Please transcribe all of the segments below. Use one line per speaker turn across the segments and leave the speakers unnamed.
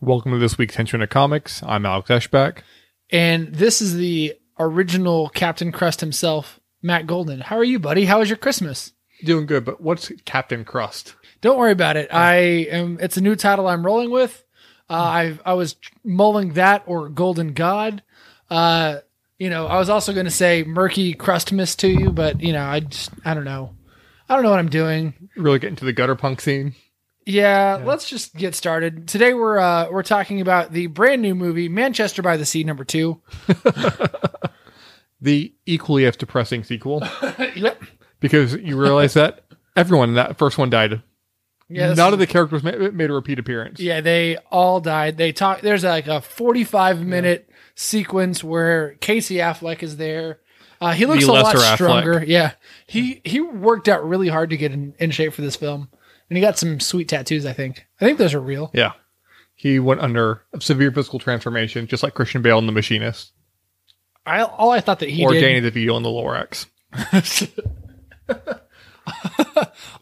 Welcome to this week's Henchman of Comics. I'm Alex Eschbach.
And this is the original Captain Crust himself, Matt Golden. How are you, buddy? How was your Christmas?
Doing good, but what's Captain Crust?
Don't worry about it. I am. It's a new title I'm rolling with. Uh, I I was mulling that or Golden God. Uh, you know, I was also going to say Murky Crustmas to you, but you know, I just I don't know. I don't know what I'm doing.
Really getting to the gutter punk scene?
Yeah, let's just get started. Today we're uh we're talking about the brand new movie Manchester by the Sea number 2.
The equally as depressing sequel,
yep.
because you realize that everyone in that first one died.
Yeah, this
None
is-
of the characters ma- made a repeat appearance.
Yeah, they all died. They talk. There's like a 45 minute sequence where Casey Affleck is there. Uh, he looks a lot
lesser Affleck.
stronger. Yeah, he he worked out really hard to get in, in shape for this film, and he got some sweet tattoos. I think. I think those are real.
Yeah. He went under a severe physical transformation, just like Christian Bale in The Machinist,
I all I thought that he
or
did.
Danny DeVito in The Lorax.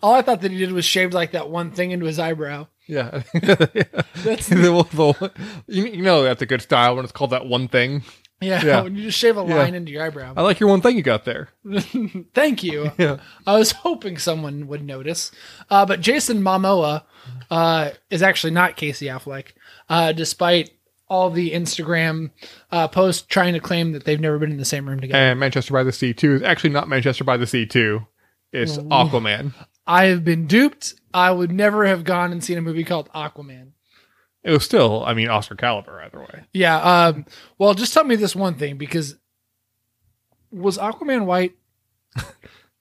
all I thought that he did was shaved like that one thing into his eyebrow.
Yeah. that's the, well, the- you, you know that's a good style when it's called that one thing.
Yeah,
Yeah.
when you just shave a
Yeah.
line into your eyebrow.
I like your one thing you got there.
Thank you.
Yeah.
I was hoping someone would notice. Uh, but Jason Momoa uh, is actually not Casey Affleck, uh, despite all the Instagram uh, posts trying to claim that they've never been in the same room together.
And Manchester by the Sea 2 is actually not Manchester by the Sea 2. It's Aquaman.
I have been duped. I would never have gone and seen a movie called Aquaman.
It was still, I mean, Oscar caliber either way.
Yeah. Um, well, just tell me this one thing because was Aquaman white?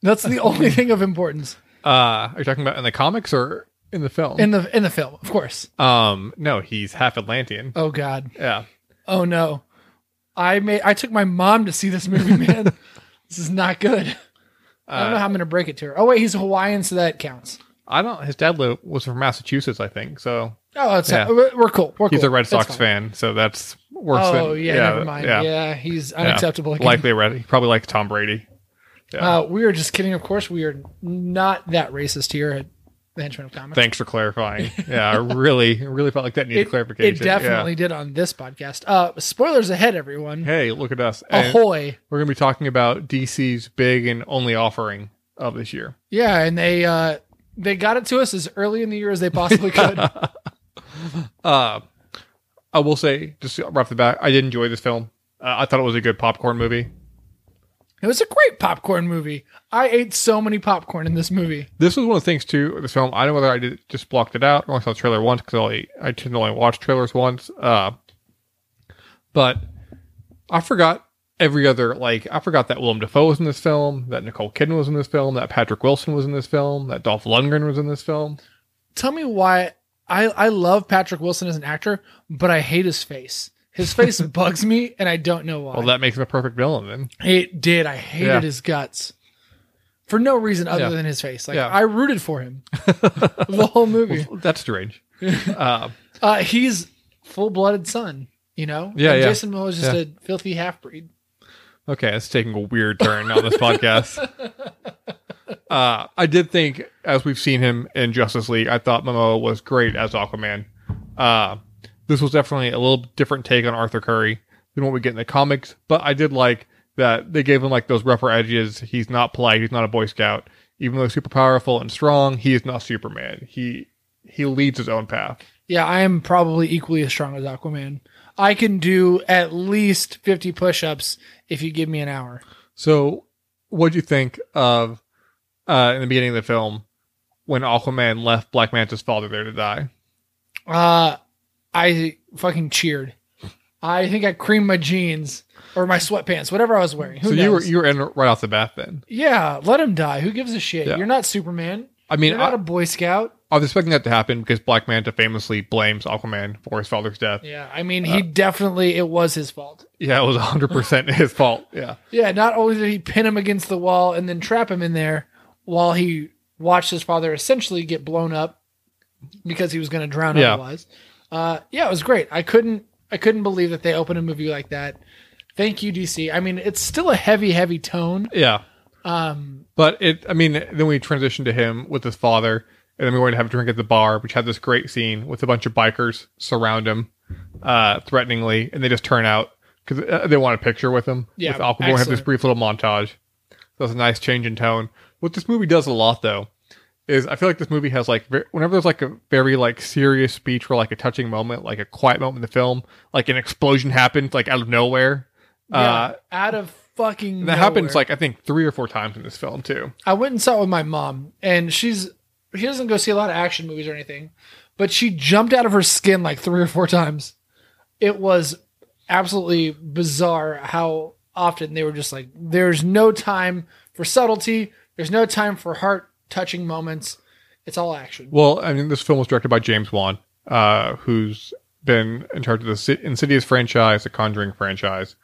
That's the only thing of importance
Uh, are you talking about in the comics or in the film?
in the in the film, of course.
um, no, he's half Atlantean.
Oh God.
Yeah.
oh no i made i took my mom to see this movie man this is not good i don't know how i'm gonna break it to her oh wait he's hawaiian so that counts
Uh, I don't. His dad li- was from Massachusetts, I think. So
oh that's
Yeah.
we're we're cool we're
he's
cool.
a Red
It's
Sox
fine.
fan. So that's worse.
oh
than,
yeah, never mind yeah, he's
yeah.
unacceptable again.
Likely red. He probably likes Tom Brady. yeah.
uh, we are just kidding of course we are not that racist here at the henchman of comics
Thanks for clarifying. Yeah, I really, really felt like that needed
it,
clarification.
it
Yeah.
definitely did on this podcast uh spoilers ahead everyone
Hey, look at us. And
ahoy
we're going to be talking about DC's big and only offering of this year.
yeah and they uh they got it to us as early in the year as they possibly could
Uh, I will say, just right off the bat, I did enjoy this film. Uh, I thought it was a good popcorn movie.
It was a great popcorn movie. I ate so many popcorn in this movie.
This was one of the things too. with This film, I don't know whether I did, just blocked it out or only saw the trailer once because I, only- I tend to only watch trailers once. Uh, but I forgot every other like I forgot that Willem Dafoe was in this film, that Nicole Kidman was in this film, that Patrick Wilson was in this film, that Dolph Lundgren was in this film.
Tell me why I I love Patrick Wilson as an actor, but I hate his face. His face bugs me, and I don't know why.
Well, that makes him a perfect villain then.
it did. I hated
Yeah.
his guts for no reason other
Yeah.
than his face. Like
Yeah.
I rooted for him the whole movie.
That's strange. Uh,
Uh, he's full blooded son. You know,
Yeah,
And
yeah.
Jason Momoa is just
Yeah.
a filthy half breed.
Okay, it's taking a weird turn on this podcast. Uh, I did think, as we've seen him in Justice League, I thought Momoa was great as Aquaman. Uh, this was definitely a little different take on Arthur Curry than what we get in the comics, but I did like that they gave him like those rougher edges. He's not polite. He's not a Boy Scout, even though he's super powerful and strong. He is not Superman. He he leads his own path.
Yeah, I am probably equally as strong as Aquaman. I can do at least 50 push ups if you give me an hour.
So, what do you think of uh, in the beginning of the film when Aquaman left Black Manta's father there to die?
Uh, I fucking cheered. I think I creamed my jeans or my sweatpants, whatever I was wearing. Who
so
knows?
you were you were in right off the bat then.
yeah, let him die. Who gives a shit?
Yeah.
You're not Superman.
I mean,
You're not
I,
a Boy Scout.
I was expecting that to happen because Black Manta famously blames Aquaman for his father's death. Yeah,
Yeah, I mean,
Uh,
he definitely, it was his fault.
it was 100 percent his fault. Yeah,
Yeah, not only did he pin him against the wall and then trap him in there while he watched his father essentially get blown up because he was going to drown
Yeah.
otherwise. Uh, yeah, it was great. I couldn't I couldn't believe that they opened a movie like that. Thank you, DC. I mean, it's still a heavy, heavy tone.
Yeah.
Um,
But it, I mean, then we transitioned to him with his father, and then we went to have a drink at the bar, which had this great scene with a bunch of bikers surround him uh, threateningly, and they just turn out because uh, they want a picture with him.
Yeah,
with Aquaman, have this
excellent.
brief little montage. That's a nice change in tone. What this movie does a lot, though, is I feel like this movie has like ver- whenever there's like a very like serious speech or like a touching moment, like a quiet moment in the film, like an explosion happens like out of nowhere. Uh,
yeah, out of fucking
and that happens
nowhere.
like I think three or four times in this film too.
I went and saw it with my mom, and she's she doesn't go see a lot of action movies or anything, but she jumped out of her skin like three or four times. It was absolutely bizarre how often they were just like, "There's no time for subtlety. There's no time for heart touching moments. It's all action."
Well, I mean, this film was directed by James Wan, uh, who's been in charge of the Insid- Insidious franchise, the Conjuring franchise.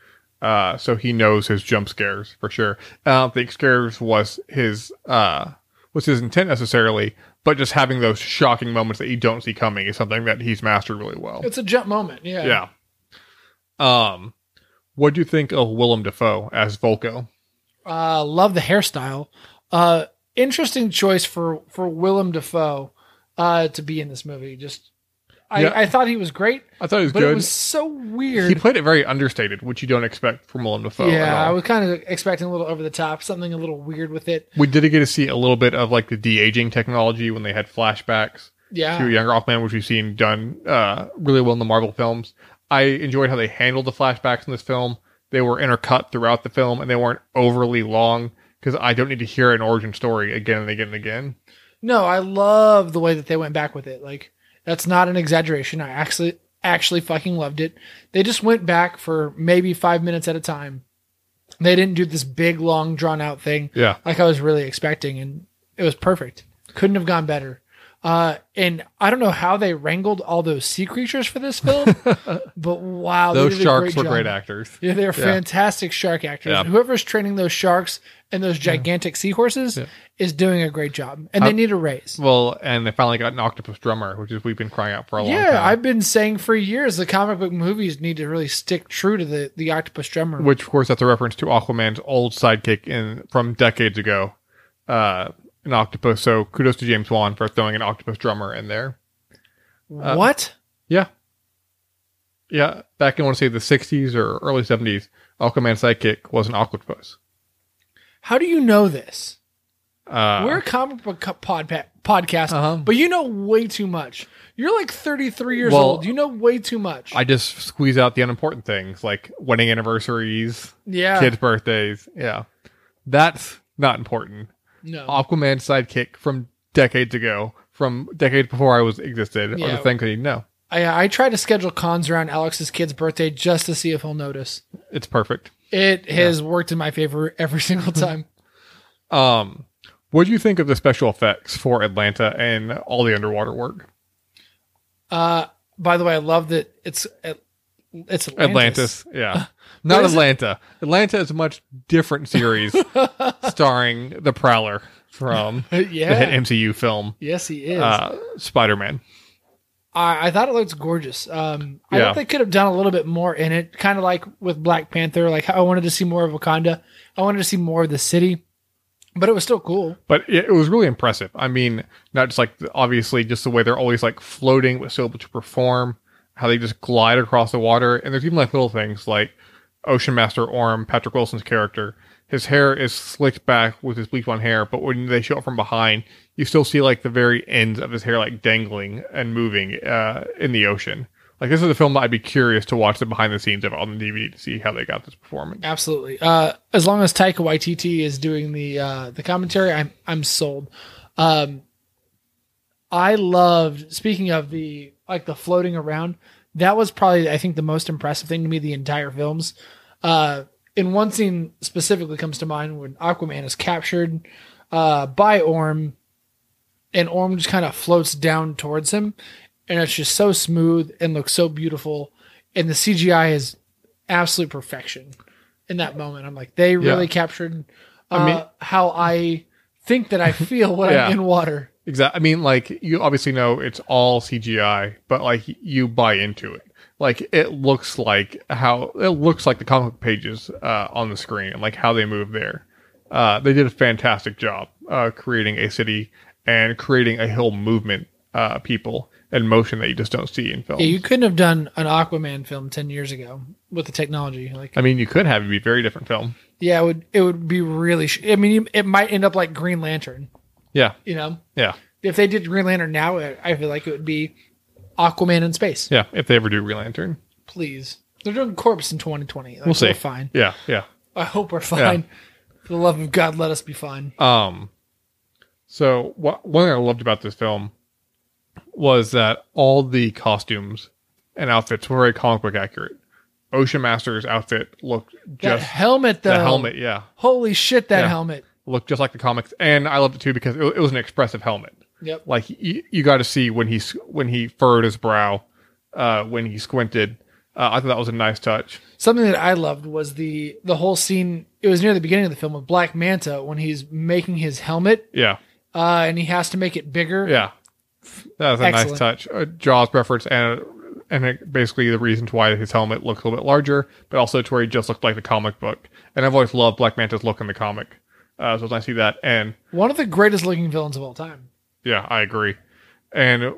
Uh, so he knows his jump scares for sure. And I don't think scares was his uh, was his intent necessarily, but just having those shocking moments that you don't see coming is something that he's mastered really well.
It's a jump moment. Yeah.
yeah. Um, what do you think of Willem Dafoe as Volko?
Uh, love the hairstyle. Uh, interesting choice for for Willem Dafoe uh, to be in this movie. Just, I,
Yeah.
I thought he was great,
I thought he was
but
good.
it was so weird.
he played it very understated, which you don't expect from Willem Dafoe. at all.
yeah, I was kind of expecting a little over the top, something a little weird with it.
We did get to see a little bit of like the de aging technology when they had flashbacks to
Yeah,
younger Aquaman, which we've seen done uh, really well in the Marvel films. I enjoyed how they handled the flashbacks in this film. They were intercut throughout the film, and they weren't overly long because I don't need to hear an origin story again and again and again.
no, I love the way that they went back with it. Like that's not an exaggeration. I actually actually fucking loved it. They just went back for maybe five minutes at a time. They didn't do this big, long, drawn out thing
Yeah,
like I was really expecting, and it was perfect. Couldn't have gone better. Uh, and I don't know how they wrangled all those sea creatures for this film, but wow, they
those
did a
sharks were
job.
great actors.
Yeah, they're
Yeah.
fantastic shark actors.
Yeah.
Whoever's training those sharks and those gigantic seahorses
Yeah.
is doing a great job, and
I-
they need a raise.
Well, and they finally got an octopus drummer, which is we've been crying out for a long
Yeah,
time.
I've been saying for years the comic book movies need to really stick true to the the octopus drummer.
which of course that's a reference to Aquaman's old sidekick in from decades ago, uh, an octopus. So kudos to James Wan for throwing an octopus drummer in there. uh,
what?
Yeah, yeah. Back in I want to say the '60s or early '70s, Aquaman's sidekick was an octopus.
How do you know this?
Uh,
We're a comic book co- podpa- podcast,
Uh-huh.
but you know way too much. You're like 33 years
Well,
old. You know way too much.
I just squeeze out the unimportant things like wedding anniversaries,
yeah.
kids' birthdays. Yeah, that's not important.
no.
Aquaman's sidekick from decades ago, from decades before I was existed, are
Yeah.
the things that you know.
I, I try to schedule cons around Alex's kid's birthday just to see if he'll notice.
It's perfect.
It has worked in my favor every single time.
Um, what do you think of the special effects for Atlanta and all the underwater work?
uh, by the way, I love that it's it's Atlantis.
Atlantis, yeah, not
is it-
Atlanta. Atlanta is a much different series starring the Prowler from the
yeah.
hit MCU film
Yes, he is.
uh, Spider Man.
I, I thought it looked gorgeous. Um, I
Yeah.
thought they could have done a little bit more in it, kind of like with Black Panther. Like I wanted to see more of Wakanda. I wanted to see more of the city, but it was still cool.
But it, it was really impressive. I mean, not just like the- obviously just the way they're always like floating, but still able to perform. How they just glide across the water, and there's even like little things like Ocean Master Orm, Patrick Wilson's character. His hair is slicked back with his bleach blonde hair, but when they show it from behind, you still see like the very ends of his hair like dangling and moving uh, in the ocean. Like this is a film that I'd be curious to watch the behind the scenes of on the DVD to see how they got this performance.
Absolutely. Uh, as long as Taika Waititi is doing the uh, the commentary, I'm I'm sold. Um, I loved. Speaking of the like the floating around, that was probably I think the most impressive thing to me. The entire films. Uh, in one scene specifically comes to mind when Aquaman is captured uh, by Orm, and Orm just kind of floats down towards him, and it's just so smooth and looks so beautiful, and the CGI is absolute perfection in that moment. I'm like, they really captured uh,
I mean-
how I think that I feel when
Yeah.
I'm in water.
Exactly. I mean, like you obviously know it's all CGI, but like you buy into it. Like it looks like how it looks like the comic book pages uh, on the screen and like how they move there. Uh, they did a fantastic job uh, creating a city and creating a whole movement, uh, people and motion that you just don't see in films.
Yeah, you couldn't have done an Aquaman film ten years ago with the technology. Like,
I mean, you could have it be a very different film.
yeah, it would it would be really. Sh- I mean, it might end up like Green Lantern.
Yeah,
You know,
yeah,
if they did Green Lantern now, I I feel like it would be Aquaman in space.
yeah. If they ever do Green Lantern,
Please, they're doing Corpse in 2020. Like,
we'll see.
We're fine.
Yeah, yeah.
I hope we're fine. For the love of God, let us be fine.
Um, so what one thing I loved about this film was that all the costumes and outfits were very comic book accurate. Ocean Master's outfit looked
That
just
helmet, though.
the helmet, yeah,
Holy shit, that
Yeah.
helmet.
looked just like the comics, and I loved it too because it, it was an expressive helmet.
Yep.
Like you, you got to see when he s- when he furrowed his brow, uh, when he squinted. Uh, I thought that was a nice touch.
Something that I loved was the the whole scene. It was near the beginning of the film with Black Manta when he's making his helmet,
Yeah,
uh, and he has to make it bigger.
yeah, that was a nice
Excellent.
touch. A Jaws reference and and it, basically the reasons why his helmet looked a little bit larger, but also to where he just looked like the comic book. And I've always loved Black Manta's look in the comic, uh, so it's nice to see that. And
One of the greatest looking villains of all time.
Yeah, I agree. And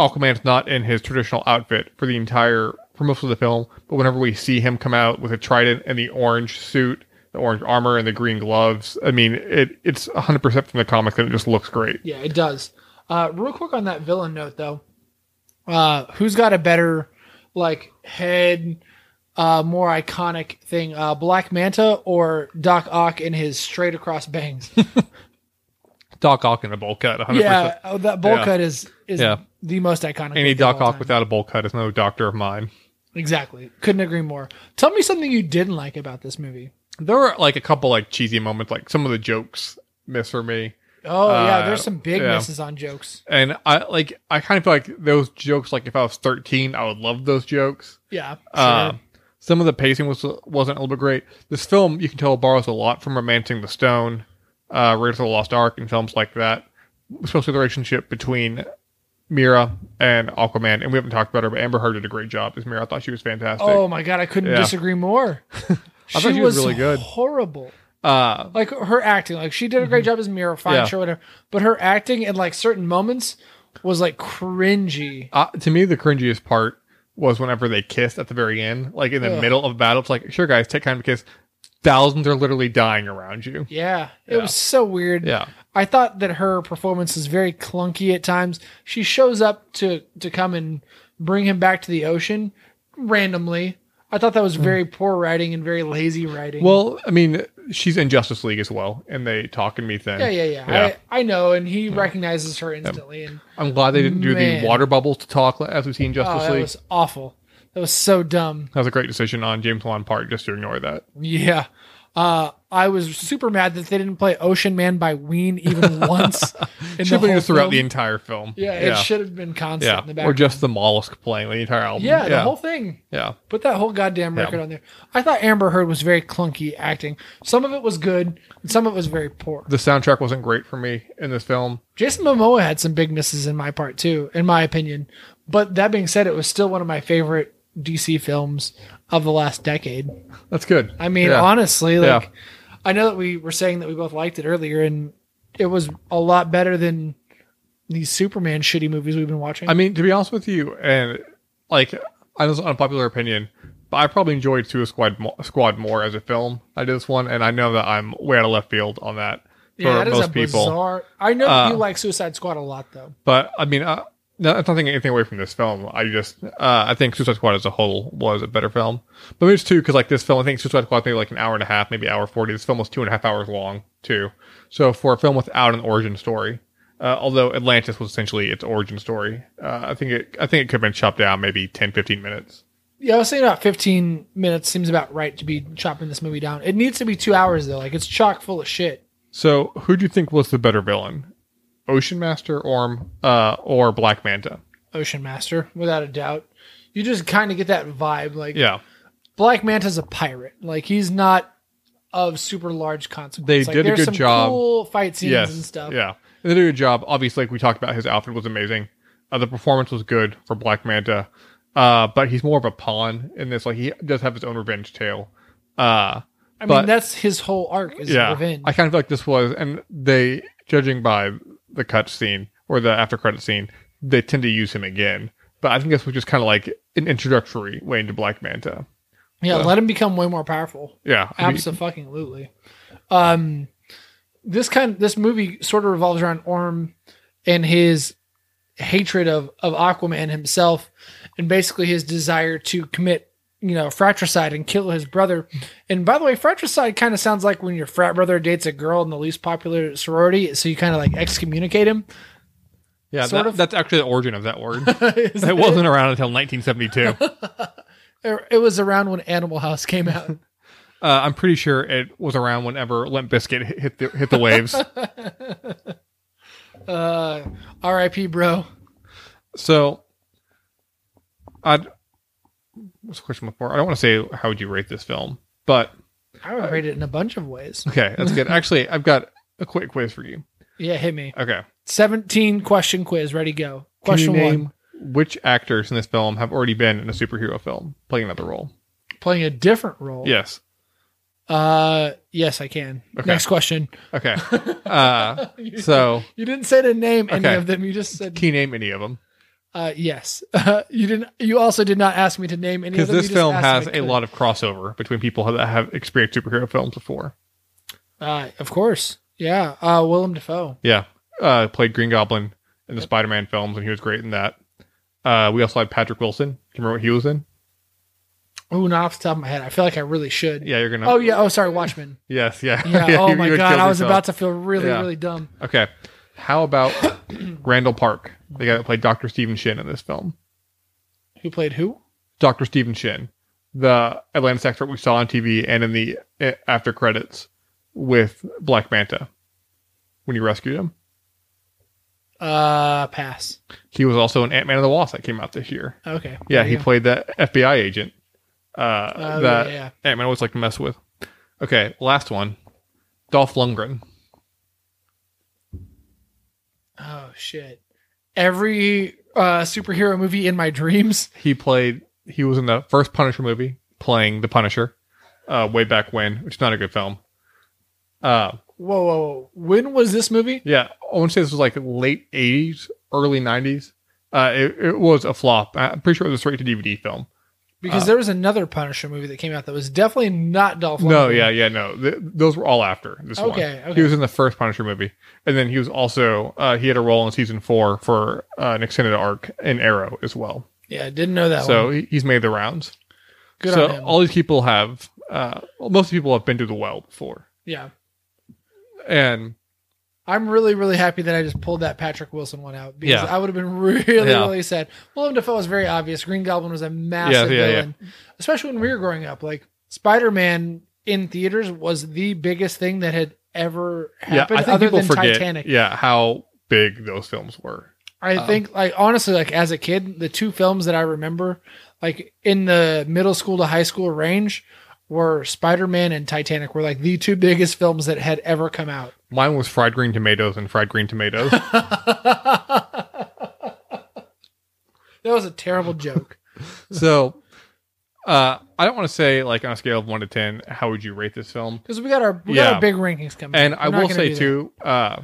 Aquaman's not in his traditional outfit for the entire for most of the film, but whenever we see him come out with a trident and the orange suit, the orange armor and the green gloves, I mean, it it's 100% from the comic and it just looks great.
Yeah, it does. Uh, real quick on that villain note, though, uh, who's got a better like head, uh, more iconic thing, uh, Black Manta or Doc Ock in his straight across bangs?
Doc Ock in a bowl cut, 100%.
yeah, oh, that bowl
Yeah.
cut is is
Yeah.
the most iconic.
Any
look of
Doc
all
Ock
time.
without a bowl cut is no doctor of mine.
exactly couldn't agree more. Tell me something you didn't like about this movie.
There were like a couple like cheesy moments, like some of the jokes miss for me.
Oh yeah,
Uh,
there's some big
yeah.
misses on jokes.
And I like I kind of feel like those jokes like if I was 13, I would love those jokes.
Yeah,
Uh,
sure.
some of the pacing was wasn't a little bit great. This film, you can tell, borrows a lot from *Romancing the Stone*, uh, *Raiders of the Lost Ark*, and films like that, especially the relationship between Mira and Aquaman. And we haven't talked about her, but Amber Heard did a great job as Mira. I thought she was fantastic.
oh my god, I couldn't
Yeah.
disagree more.
I thought she was really good.
Horrible.
Uh,
like her acting like she did a great job as mira fine
Mm-hmm. Yeah.
sure whatever but her acting in like certain moments was like cringy
uh, to me, the cringiest part was whenever they kissed at the very end, like in the
Ugh.
middle of a battle. It's like, sure, guys, take time to kiss. Thousands are literally dying around you.
yeah it
Yeah.
was so weird
Yeah,
i thought that her performance was very clunky at times she shows up to to come and bring him back to the ocean randomly i thought that was very poor writing and very lazy writing
Mm. Well, I mean, she's in Justice League as well, and they talk and me thing.
yeah yeah yeah,
Yeah.
I, I know and he recognizes her instantly and
I'm glad they didn't do
Man.
the water bubbles to talk li- as we see in
oh
Justice
that
League.
was awful that was so dumb
that was a great decision on James Wan part just to ignore that.
Yeah. Uh, I was super mad that they didn't play Ocean Man by Ween even once. in
Should have been
whole
used throughout the
film.
entire film.
yeah, it should have been constant in the
yeah.
back.
Or just the mollusk playing the entire album.
yeah, the
yeah.
whole thing.
yeah.
Put that whole goddamn
Yeah.
record on there. I thought Amber Heard was very clunky acting. Some of it was good, and some of it was very poor.
The soundtrack wasn't great for me in this film.
Jason Momoa had some big misses in my part too, in my opinion. But that being said, it was still one of my favorite DC films of the last decade.
That's good.
I mean,
Yeah.
honestly,
Yeah.
like I know that we were saying that we both liked it earlier, and it was a lot better than these Superman shitty movies we've been watching.
I mean, to be honest with you, and like, I know it's an unpopular opinion, but I probably enjoyed Suicide Squad, mo- Squad more as a film. I did this one, and I know that I'm way out of left field on that for
yeah, that is
most
a
people.
bizarre. I know that you
Uh,
like Suicide Squad a lot, though.
But I mean, uh, no, that's not taking anything away from this film. I just, uh, I think Suicide Squad as a whole was a better film. But maybe it's too because like this film, I think Suicide Squad was maybe like an hour and a half, maybe hour forty. This film was two and a half hours long too. So for a film without an origin story, uh, although Atlantis was essentially its origin story, uh, I think it, I think it could have been chopped down maybe 10, 15 minutes.
Yeah, I was saying about 15 minutes seems about right to be chopping this movie down. It needs to be two hours though. Like it's chock full of shit.
So who do you think was the better villain, Ocean Master, Orm, uh, or Black Manta?
Ocean Master, without a doubt. You just kind of get that vibe. Like
Yeah,
Black Manta's a pirate. Like he's not of super large consequence.
They did a
there's
good
some
job.
Cool fight scenes
yes,
and stuff.
yeah. And they did a good job. Obviously, like we talked about, his outfit was amazing. Uh, the performance was good for Black Manta, uh, but he's more of a pawn in this. Like he does have his own revenge tale. Uh,
I
But-
mean, that's his whole arc is revenge.
I kind of feel like this was, and they, judging by the cut scene or the after credit scene, they tend to use him again. But I think this was just kind of like an introductory way into Black Manta.
yeah,
yeah.
let him become way more powerful.
Yeah, I mean,
Absolutely. Um, this kind this movie sort of revolves around Orm and his hatred of of Aquaman himself, and basically his desire to commit you know fratricide and kill his brother. And by the way, fratricide kind of sounds like when your frat brother dates a girl in the least popular sorority, so you kind of like excommunicate him.
yeah,
sort
that-
of-
that's actually the origin of that word.
Is
it wasn't around until 1972. Uh,
it- it was around when Animal House came out.
Uh, I'm pretty sure it was around whenever Limp Biscuit hit the hit the waves.
Uh, R.I.P. Bro.
so, I what's the question before? I don't want to say how would you rate this film, but
I would rate it in a bunch of ways.
okay, that's good. actually, I've got a quick quiz for you.
Yeah, hit me.
Okay.
17 question quiz. Ready, go.
Can you
Question one.
name which actors in this film have already been in a superhero film playing another role?
Playing a different role.
Yes.
Uh, yes, I can.
Okay.
Next question.
Okay. Uh,
you,
so,
you didn't say to name any
Okay.
of them. You just said,
can you name any of them?
uh, yes. you didn't, you also did not ask me to name any
Because
of them.
this
You just
film
asked
has
if I
a
could.
lot of crossover between people that have experienced superhero films before.
Uh, of course. Yeah. Uh, Willem Dafoe.
Yeah. Uh, played Green Goblin in the Spider Man films, and he was great in that. Uh, we also had Patrick Wilson. Do you remember what he was in?
Ooh, not off the top of my head. I feel like I really should.
Yeah, you're going to.
Oh, yeah. Oh, sorry. Watchmen.
Yes, yeah.
Yeah.
you-
oh,
you
my
would
God.
kill
I was
yourself.
about to feel really,
Yeah.
really dumb.
Okay. How about Randall Park, the guy that played Dr. Stephen Shin in this film?
Who played who?
Dr. Stephen Shin, the Atlantis expert we saw on TV and in the eh, after credits with Black Manta when you rescued him.
Uh, pass.
He was also in Ant Man and the Wasp that came out this year.
Okay.
Yeah,
There
he
you go.
played that FBI agent uh,
Oh,
that
yeah, yeah.
Ant Man always liked to mess with. Okay, last one Dolph Lundgren.
Oh shit! Every uh, superhero movie in my dreams.
He played, he was in the first Punisher movie playing the Punisher uh, way back when, which is not a good film. Uh,
Whoa, whoa, whoa! When was this movie?
Yeah, I want to say this was like late '80s, early '90s. Uh, it, it was a flop. I'm pretty sure it was a straight to DVD film.
Because
Uh,
there was another Punisher movie that came out that was definitely not Dolph.
No,
Lundgren.
yeah, yeah, no. Th- those were all after this one.
Okay, okay.
He was in the first Punisher movie, and then he was also uh, he had a role in season four for uh, an extended arc in Arrow as well.
yeah. I Didn't know that.
so
one.
he, he's made the rounds.
good
so
on him.
all these people have, uh, well, most people have been to the well before,
yeah,
and
I'm really, really happy that I just pulled that Patrick Wilson one out because
Yeah.
I would have been really,
Yeah.
really sad. Willem Dafoe was very obvious. Green Goblin was a massive
Yeah, yeah, yeah.
villain, especially when we were growing up. Like Spider Man in theaters was the biggest thing that had ever
yeah,
happened,
I think
other
people
than
forget,
Titanic.
yeah, how big those films were.
I
Um,
think like honestly, like as a kid, the two films that I remember, like in the middle school to high school range, were Spider Man and Titanic were like the two biggest films that had ever come out.
Mine was fried green tomatoes and fried green tomatoes.
that was a terrible joke.
so uh i don't want to say like on a scale of 1 to 10 how would you rate this film
Because we got our we got
Yeah.
our big rankings coming.
and
We're
i
not
will
gonna do
say
that.
too uh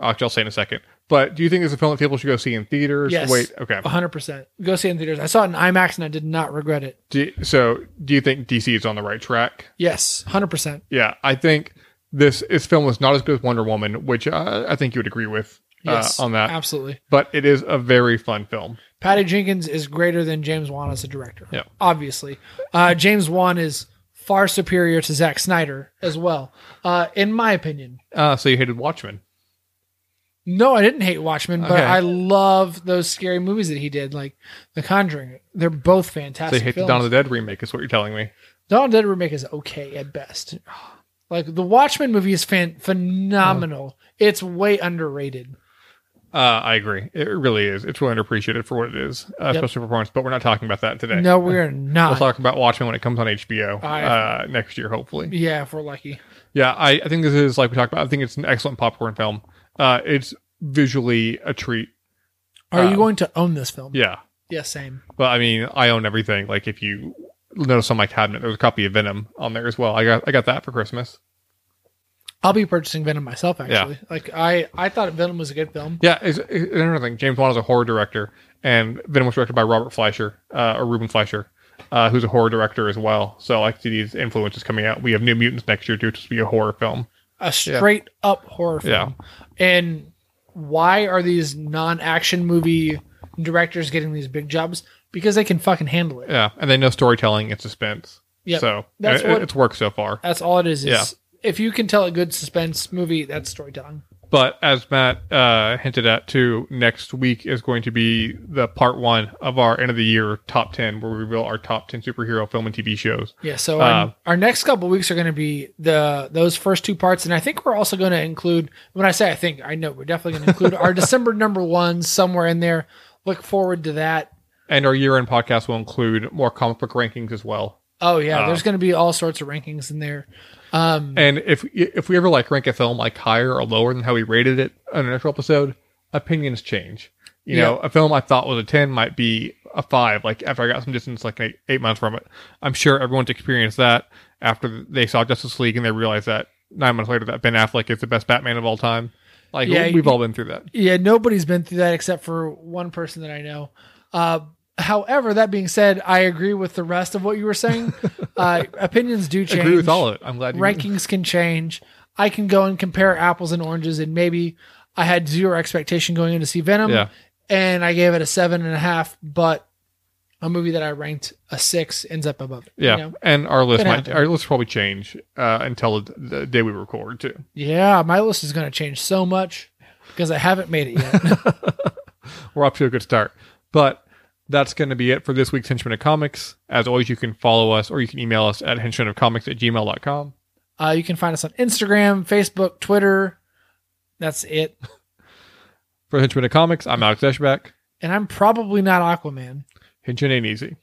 actually i'll say in a second but do you think it's a film that people should go see in theaters
Yes. Oh.
wait okay
hundred percent. Go see it in theaters. I saw it in IMAX and I did not regret it.
do, so do you think dc is on the right track
Yes, hundred percent.
yeah i think this this film was not as good as wonder woman which uh, i think you would agree with uh,
Yes,
on that
absolutely.
but it is a very fun film
Patty Jenkins is greater than James Wan as a director.
Yeah.
Obviously. Uh, James Wan is far superior to Zack Snyder as well, uh, in my opinion.
uh so you hated watchmen
No, I didn't hate Watchmen, but
Okay.
I love those scary movies that he did, like The Conjuring. They're both
so
fantastic.
you hate
films.
the dawn of the dead remake is what you're telling me
Dawn of the Dead remake is okay at best. Like the Watchmen movie is fan- phenomenal. It's way underrated.
Uh, I agree. It really is. It's really underappreciated for what it is, uh,
Yep.
especially performance. But we're not talking about that today.
No, we're not.
We'll talk about Watchmen when it comes on HBO
I-
uh, next year, hopefully.
yeah, if we're lucky.
Yeah, I, I think this is like we talked about. I think it's an excellent popcorn film. Uh, it's visually a treat.
Are you
Um,
going to own this film?
Yeah,
Yeah, same.
but I mean, I own everything. Like if you notice on my cabinet, there's a copy of Venom on there as well. I got I got that for Christmas.
I'll be purchasing Venom myself.
Yeah.
Actually, like I, I thought Venom was a good film.
Yeah, it's, it's another thing. James Wan is a horror director, and Venom was directed by Robert Fleischer uh, or Ruben Fleischer, uh, who's a horror director as well. So I see these influences coming out. We have New Mutants next year, too, which will be a horror film.
A straight up horror film. And why are these non action movie directors getting these big jobs? Because they can fucking handle it.
Yeah, and they know storytelling and suspense.
Yep.
So
That's
it-
what-
it's worked so far.
That's all it is. is
Yeah.
If you can tell a good suspense movie, that's storytelling.
But as Matt uh, hinted at too, next week is going to be the part one of our end of the year top ten, where we reveal our top ten superhero film and TV shows.
Yeah. So our,
Um,
our next couple weeks are going to be the those first two parts, and I think we're also going to include. When I say I think, I know we're definitely going to include our December number ones somewhere in there. Look forward to that.
And our year-end podcast will include more comic book rankings as well.
Oh yeah,
Uh,
there's going to be all sorts of rankings in there. Um,
And if if we ever like rank a film like higher or lower than how we rated it on an actual episode, opinions change. You know, a film I thought was a ten might be a five. Like after I got some distance, like eight, eight months from it, I'm sure everyone's experienced that after they saw Justice League and they realized that nine months later that Ben Affleck is the best Batman of all time. Like
Yeah,
we've
you-
all been through that.
yeah, nobody's been through that except for one person that I know. Uh, however, that being said, I agree with the rest of what you were saying. uh, opinions do
I
change.
Agree with all of it. I'm glad you
rankings can change. I can go and compare apples and oranges, and maybe I had zero expectation going in to see Venom,
Yeah.
and I gave it a seven and a half, but a movie that I ranked a six ends up above it. you
Yeah,
know?
and our list
Could
might
happen.
our list will probably change uh, until the, the day we record too.
yeah. My list is going to change so much because I haven't made it yet.
we're off to a good start. But that's going to be it for this week's Henchman of Comics. As always, you can follow us or you can email us at henchmanofcomics at gmail.com.
uh, you can find us on Instagram, Facebook, Twitter. That's it.
For Henchman of Comics, I'm Alex Eschbach.
And I'm probably not Aquaman.
Henchman ain't easy.